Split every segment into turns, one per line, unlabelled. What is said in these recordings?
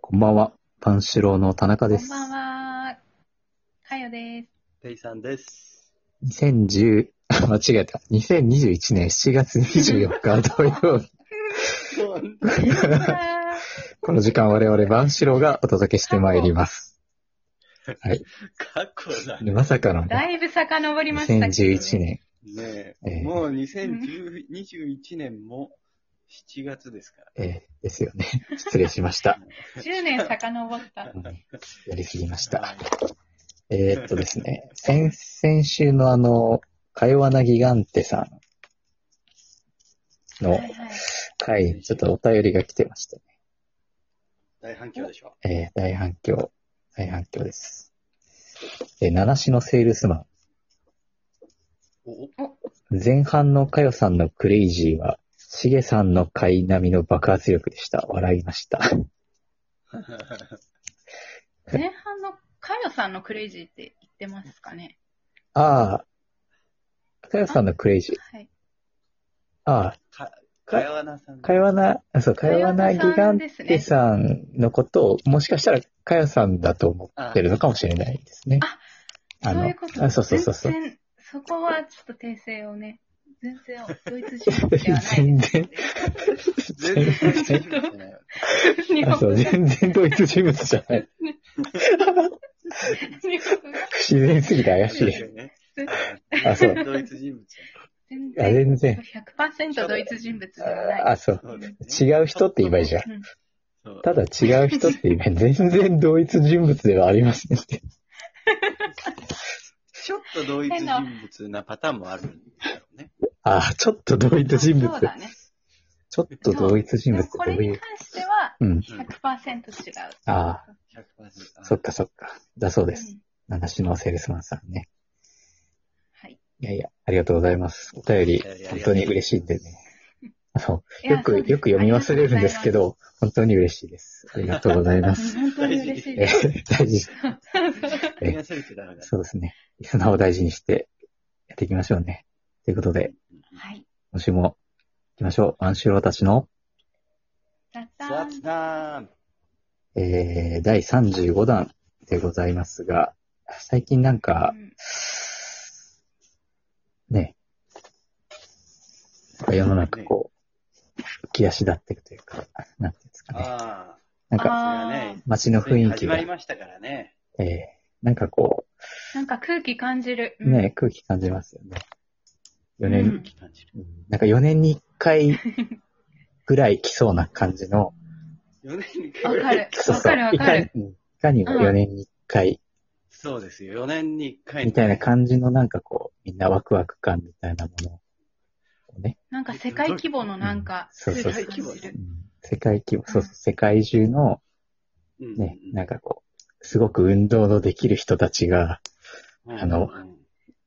こんばんは。パンシローの田中
こ
で
ん
す。
ばんは。かよです。
ペイさんです。
2010、間 違えた。2021年7月24日 土曜日。この時間我々パンシローがお届けしてまいります。
過去だ
で
ね。
まさかのね
だいぶ遡りましたけど、ね。
2011。年。
ね
え
え、
ー
もう2021年も7月ですから。
えーですよね。 失礼しま した。
10年遡った。
うんやりすぎました。えーっとですね、先々週のあの、かよわなギガンテさん
は
の
いはい。
回、ちょっとお便りが来てましたね。
大反響でしょ。
えー大反響、大反響です。えー、七種のセールスマン。
おお
前半のかよさんのクレイジーは、しげさんの買い並みの爆発力でした。笑いました。
前半のかよさんのクレイジーって言ってますかね。
ああ、かよさんのクレイジー。
はい。
あ
か、かやわなさん。
あ、かよわな、あそう、かよわなギガンテさんのことを、もしかしたらかよさんだと思ってるのかもしれないですね。あ
そう
の
いうこと
あそうそうそうそう。
全然、そこはちょっと訂正をね。全然、ドイツ人ではないです。
全然
全然大反響じゃないわ
日
あ
本
そう
語が、日
全然ドイツ人物じゃない。
本語が
不自然すぎて怪しい。あそう
ドイツ人物。
全
あ全
然、
然。
100%ドイツ人物ではない。
あ、そう。
そうですね
違う人って言えばいいじゃん。
うん
そう
ただ違う人って今、全然同一人物ではありませんって。
ちょっとドイツ人物なパターンもあるんだろうね。
ああ、ちょっと同一人物
そう。だね。
ちょっと同一人
で
物
も
って
こ
ど
れ
うい
に
う。
関しては
うん。
100%違う。
あ
100%。
そっかそっか。だそうで
う
す。
ん
七種のセールスマンさんね。
はい。
いやいや、ありがとうございます。お便り、本当に嬉しいんでね。あの、
いや
よく、よく読み忘れるんですけ。ど、本当に嬉しいです。ありがとうございま
そうです
す。
うん本当に嬉しい
え
です。
ー 大事、
気がするけどダメだね。
そうですね。リスナーを大事にしてやっていきましょうね。ということで、
はい。
今週も行きましょう。ワンシュローたちの
だったーん
雑談
えー、第35弾でございますが、最近なんか
う、ん
ね、世の中こう、浮き足立っていくというか、なんていうんですかね。
あ
なんか、
あ、それはね、
街の雰囲気
始
が、
ま
え
りましたからね。
ー、なんかこ
なんか空気感じる。
う、ね、空気感じますよね。4
う
年
ん、
感じる。
うんなんか4年に1回ぐらい来そうな感じの、
4年に1
うん。
回
わから
ぐい。
る。わかるわ
い
か
か
る。
にうんいかにも4年に1回
そうですよ。4年に1回。
みたいな感じのなんかこう、みんなワクワク感みたいなものをね、
なんか世界規模のなんか
そう
空
そ
気
うそう
感じる。
世界規模、そうそうう、世界中の
うん
ね、なんかこう、すごく運動のできる人たちが
うん
あの
うん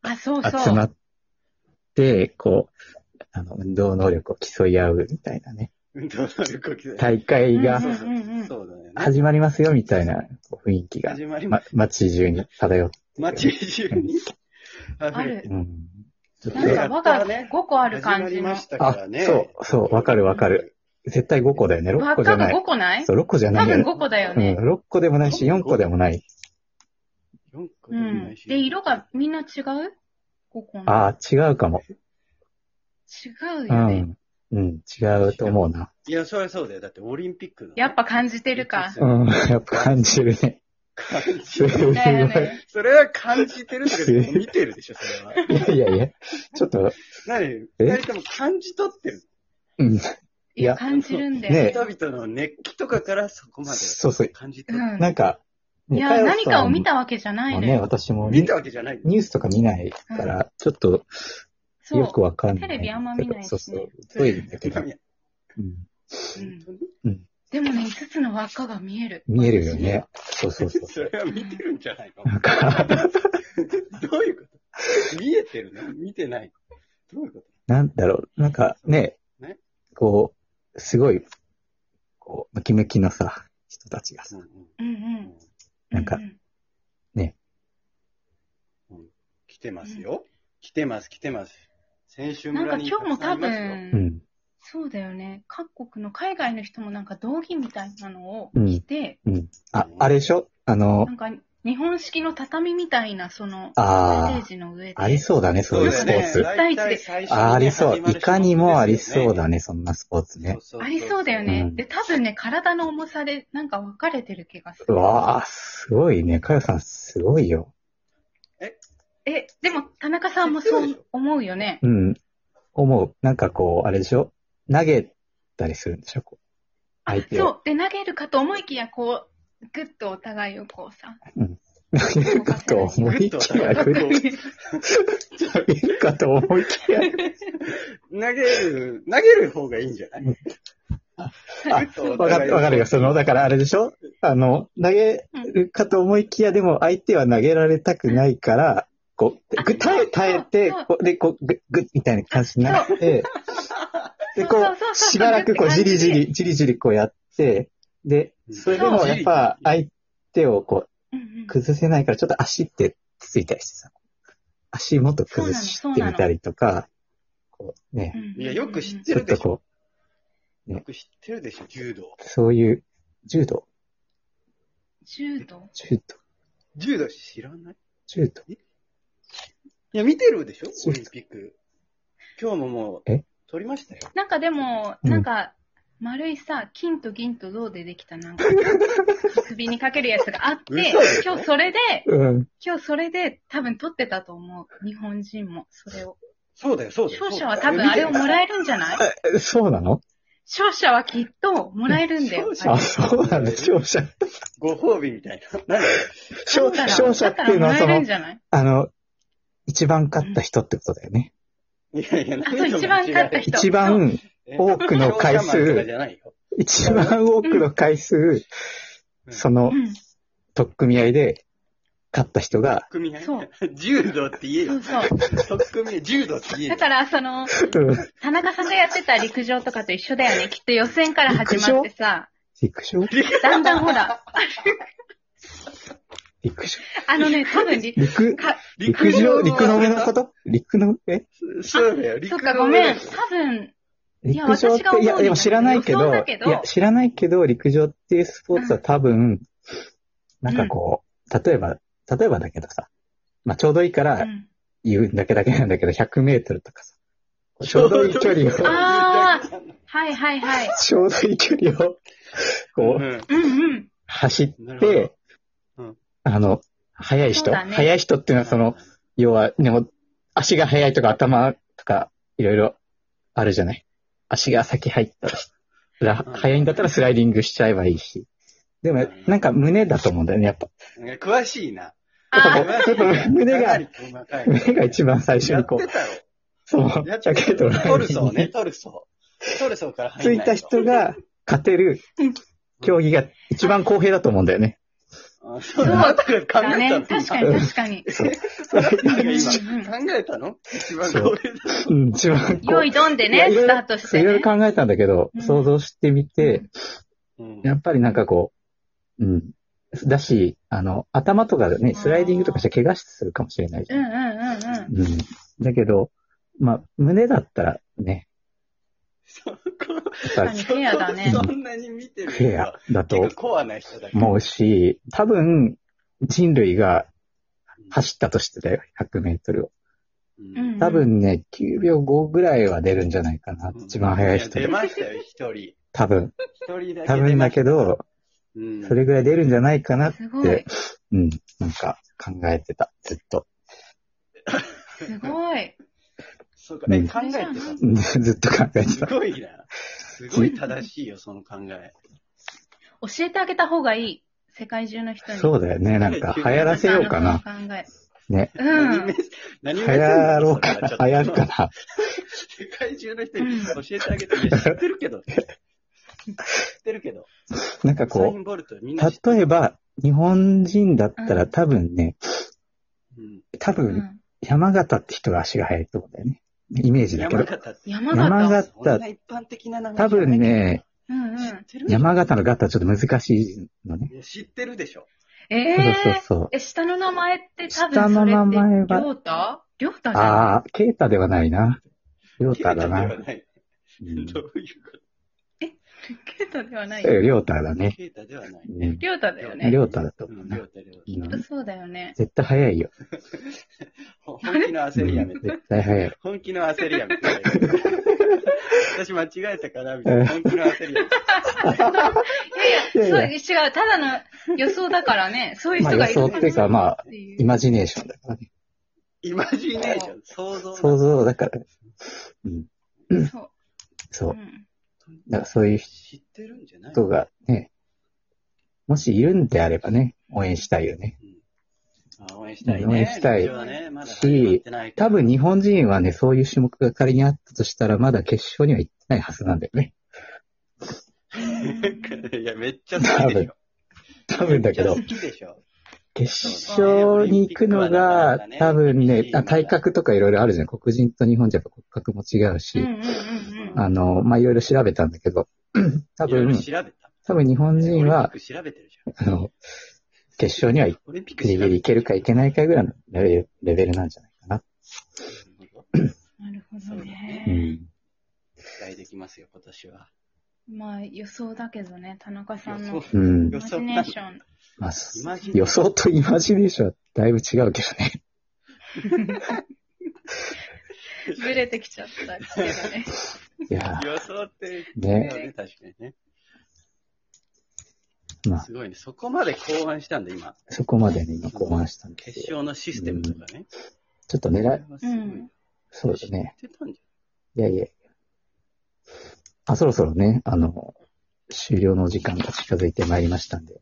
あ、そう
集
そ
ま
う。
って、こう、あの、運動能力を競い合うみたいなね、
運動能力を鍛える
大会が
そう
うんうんうん
そうだよね。
始まりますよみたいなこう雰囲気が、
始まりま
ま、街中に漂って。
す。街中に。
あ
ある。
る
う。ん。ちょっ
なん
と
か輪が5個ある感じ
始まり
の
ま。したか
あ
ら、ね。
そう、そう、わかるわかる。。絶対5個だよね、
輪
6
っ
個じゃ
かが
な
5
い。
個ない
そう、6個じゃな
多
いよ
分
ね。
5個だよ
うん、
ね。
6個でもないし、4個でもない。
4個
う
でもなんいし。。
で、色がみんな違う ?5 個の。
ああ、違うかも。
違う
う
よね。
ん。うん、違うと思うな。
いや、そりゃそうだよ。だってオリンピックの。
やっぱ感じてるか。
うん、 やっぱ感じるね。
感じ
すご
る。
い。い
だ
や
よ
い
ね。
それは感じてるってことか見てるでしょ、それは。
やいや、ちょっと、
何
え
二人とも感じ取ってる。
うん、いや
感じるんだよ
ね
ね。
人々の熱気とかからそこまで
そうそう。
感じ
う
取る。
ん
なんか、
い
ね
や、何かを見
か
たわけじゃな
よさんも
いね。
ね、私も
見
ニ
たわけじゃない。
ュースとか見ないから、ちょっと
そう。
よくわかんない。
テレビあんま見ないし
そ
ね
うそう。遠いんだけど。うん
うん
うん
でもね、5つの輪っかが見える。
見えるよね。そうそうそう。
それは見てるんじゃないの
なんか、
どういうこと見えてるの見てないどういうこ
なんだろう、なんかね
ね、
こう、すごい、こう、ムキムキのさ、人たちが
と
さ、
う
う
ん
んう。
うんん
なんか
うう
来てますよ。来てます、来てます。先週
なん
村
か
に
今日も
た
多
くさんいますよ
う
分、
ん。
そうだよね。各国の海外の人もなんか道着みたいなのを
うん
着て、
あ、あれでしょあの
な、んか日本式の畳みたいな、その、ステ
あ
ージの上で。
あ、ありそうだね、そういうスポー
そ
ツ。
うだよね
あーありそう。いかにもありそうだね、そんなスポーツね。
ありそうだよね。
うん
で、多分ね、体の重さでなんか分かれてる気がす
う
る。
わあ、すごいね。かよさん、すごいよ。
え、でも、田中さんもそう思うよね。
うん。思う。なんかこう、あれでしょ投げたりするんでしょこう相手
そ
を。
う。で、投げるかと思いきや、こう、ぐっとお互いをこうさ。
投げるかと思いきや、
ぐ
ぐ
っ
っ
と
投げるかと思いきや。
投げる、投げる方がいいんじゃない
うん
あ
わかる、わかるよ。その、だからあれでしょあの、投げるかと思いきや、でも相手は投げられたくないから、こう、ぐ耐え、耐えて、こうで、こう、ぐ、ぐ、みたいな感じになって、で、こ
そ
う
うそうそう、そう
しばらくこう、
そう
じ
い
り
う感じ
じり、じりじりこうやって、で、それでもやっぱ相手をこう、
うんうん
崩せないから、ちょっと足ってつついたりしてさ、足元崩してみたりとか、こうね
う、んうん
いや、よく知っ
ち
て
ょ
る
っ
で
と
しょ。
こ
よく知ってるでしょ、柔道。
う、そういう、柔道、
柔道
柔道、
柔道知らない
柔道。
いや、見てるでしょ
そ
オ
う
リンピック。今日ももう
え、
取りましたよ。
なんかでも、
うん
なんか、丸いさ、金と銀と銅でできたなんか、首にかけるやつがあって
嘘でしょ、
今日それで、
うん。
今日それで多分取ってたと思う。日本人も、それを。
そうだよ、そうだよ。
勝者は多分あれをもら
え
えるんじゃない
えそうなの
勝者はきっともらえるんだよ。
勝者
あ、そうなんだ。勝者。
ご褒美みたいな。何
勝
だから
勝者っていうのは、
だか
そ
らもらえるん
の、
じゃない
あの、一番勝った人ってことだよね。
いやいや、何
あそう一番勝った人
一番多くの回数
じゃないよ。
一番多くの回数、
うん
その
うん。
取っ組み合いで勝った人が、
組合
そう
柔道って言え
そ
よ
う。そう。
特組合、柔道って言えよ
だ。から、その、
うん
田中さんがやってた陸上とかと一緒だ よね。きっと予選から始まってさ、
陸上
だんだんほ ら、
陸上
あのね、多分り、
陸、
か、
陸上陸の上のこと陸の上
そうだよ、陸
そ
の
っか、ごめん。多分、いや
陸上っ
私が思
て、
う
いや、でも知らないけ
予想
ど、
だけど
いや、知らないけど、陸上っていうスポーツは多分、なんかこう、例えば、例えばだけどさ、まあちょうどいいか
う
ら
ん。
言うんだけだけなんだけど、100メートルとかさ、ちょうどいい距離を、
あはいはいはい。
ちょうどいい距離を、こう、
う
うん
んうん。
走っ
なるほ
て
ど、うん
あの、速い
そう
人、
だね
速い人っていうのはその、、要は、でも、足が速いとか頭とか、いろいろあるじゃない足が先入ったら、
うん
速いんだったらスライディングしちゃえばいいし。でも、なんか胸だと思うんだよね、やっぱ。
詳しいな。
やっぱ
あ
こうちょっと胸が、胸が一番最初
や
に
っ
こ
て
う、
たろ。
その、
やっ
ジャケ
て
ットの
たト
ラ
ル
イン
ソーね、
に
トルソー。トルソーから
つ
入ん
い
ない
た
と
人。が勝てる競技が一番公平だと思うんだよね。
あそうだから考
だ
え
ね。
たの
確かに確かに。
そう。
なんか
うん
今、考えたの一番これだ。
うん、一番こ
用
う。
意どんで
いや
ね、
いろ
ス
い
タ
ろ
ートし
そう
て
いろいろ
ね。
考えたんだけど
う、ん
想像してみて、
うん
やっぱりなんかこう、うん。だし、あの、頭とかでね、スライディングとかして怪我するかもしれないじ
うん
ゃ。
うんんうんうん。
うん。だけど、まあ、胸だったらね、
そこ
やっ
確
ぱ
か
り
にフェアだね。
そんなに見てる
フェアだと
結構コアな人だから。
思うし、多分、人類が走ったとしてだよ、100メートルを。
うん
うん
多分ね、9秒5ぐらいは出るんじゃないかな。一番速い人で。
や出ましたよ、一人。
多分、
一人だけ。
多分だけ、ど、
うん、
それぐらい出るんじゃないかなっ
すごい
て。、うん、なんか考えてた、ずっと。
すごい。
そうか、
う
え、
ん
考えてた
うん ずっと考えて
す
た。
ごいな。すごい正しいよ、その考え。
教えてあげた方がいい。世界中の人に。
そうだよね。なんか流行らせようかな。
田中さんの考え。
ね。
う
何目
ん。
何
流
目線
行ろうか
そ れはちょっと
な。流行るかな。
世界中の人に教えてあげて、いや知ってるけど。知ってるけど。
なんか
サイ
こ
ンボルト、みんな知って
う、例えば、日本人だった
う
ら
ん
多分ね、
うん
多
う
分、
ん
山形って人が足が速いと思うんだよね。イメージだけ
山
ど。
形って。
山
山
形。
形
そんな一般的な名前
多
じゃない
分ね、
うんう
知
ん
っ。てる
山形のガタはちょっと難しいのね。
いや知ってるでしょ。
え
そうそう
え。
そう。
え、下の名前って多分
下の名前は
それってりょうたりょうたじゃん。
ああ、ケータではないな。りょうただ
ケ
な
イタ。ではない
うん
どういうこ
ケイタではない
え
よ。
りょうただ
と
ね。
ケイタではない。
ね。
りょうただよね
り。ょうただと
う、
思うんな
りょうたりょうた
うん
そうだよね。
絶対早いよ。
ほ本気の焦りやめ
うん
て。
絶対早い。
本気の焦りやめて。私間違えたかなみたいな。本気の焦りやめて。
いやい
そう、
や
違う。ただの予想だか らね。そういう人がいる
まあ予想っていうかまあ
っていう
イマジネーションだからね。
イマジネーション、想像
想
だ。
像だから。うん。
そう。
そうう。
ん
だからそういう
知ってるんじゃない
人がね、もしいるんであればね、応援したいよね。
あ応援したいね。
応援したい
日常はね、まだ始まってないから
多分日本人はね、そういう種目が仮にあったとしたら、まだ決勝には行ってないはずなんだよね。
いや、めっちゃ好きでしょ。
多分だけど
めっ、ちゃ好きでしょ。
決勝に行くのが、多分ね、あ体格とかいろいろあるじゃん。黒人と日本じゃやっぱ骨格も違う
うん
し、
うんうんうん。
あの、まあ、いろいろ調べたんだけど、多
いろい
分
ろ、調べた。
多分日本人は
オ、リンピック調べてるじゃん。
あの、決勝には
オリンピック調
ギリギ
べて
リいけるかいけないかぐらいのレベルレベルなんじゃないかな。
なるほど
う
ね。
ん。
期待できますよ、今年は。
まあ予想だけどね、田中さん
予
の
想
うん
イマジネーション。
まあ、そ
イマジネ
予想とイマジネーションはだいぶ違うけどね。
ずれてきちゃったけど ね。
いや
予想って、
ーね、
ね、確かにね。
まあ
すごいね。そこまで考案したんだ、今。
そこまでね、今考案したんです
決
けど、
勝のシステムとかね。
ちょっと
それ
狙い、
はす
う
ごい。
ん。
そうだね。
知ってたんじ
いやいやいや。あ、そろそろね、あの、終了の時間が近づいてまいりましたんで、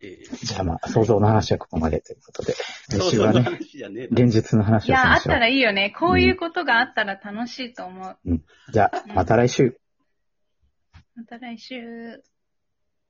ゃん。ええ
じゃあまあ、想像の話はここまでということで、
想
来週
像
は
の
ね、
話じゃねえ。
現実の
い
話をし
や、あ
ま
っ
しょ
た
う。
らいいよね。こういうことがあったら楽しいと思う。
じゃあ、また来週。
また来週。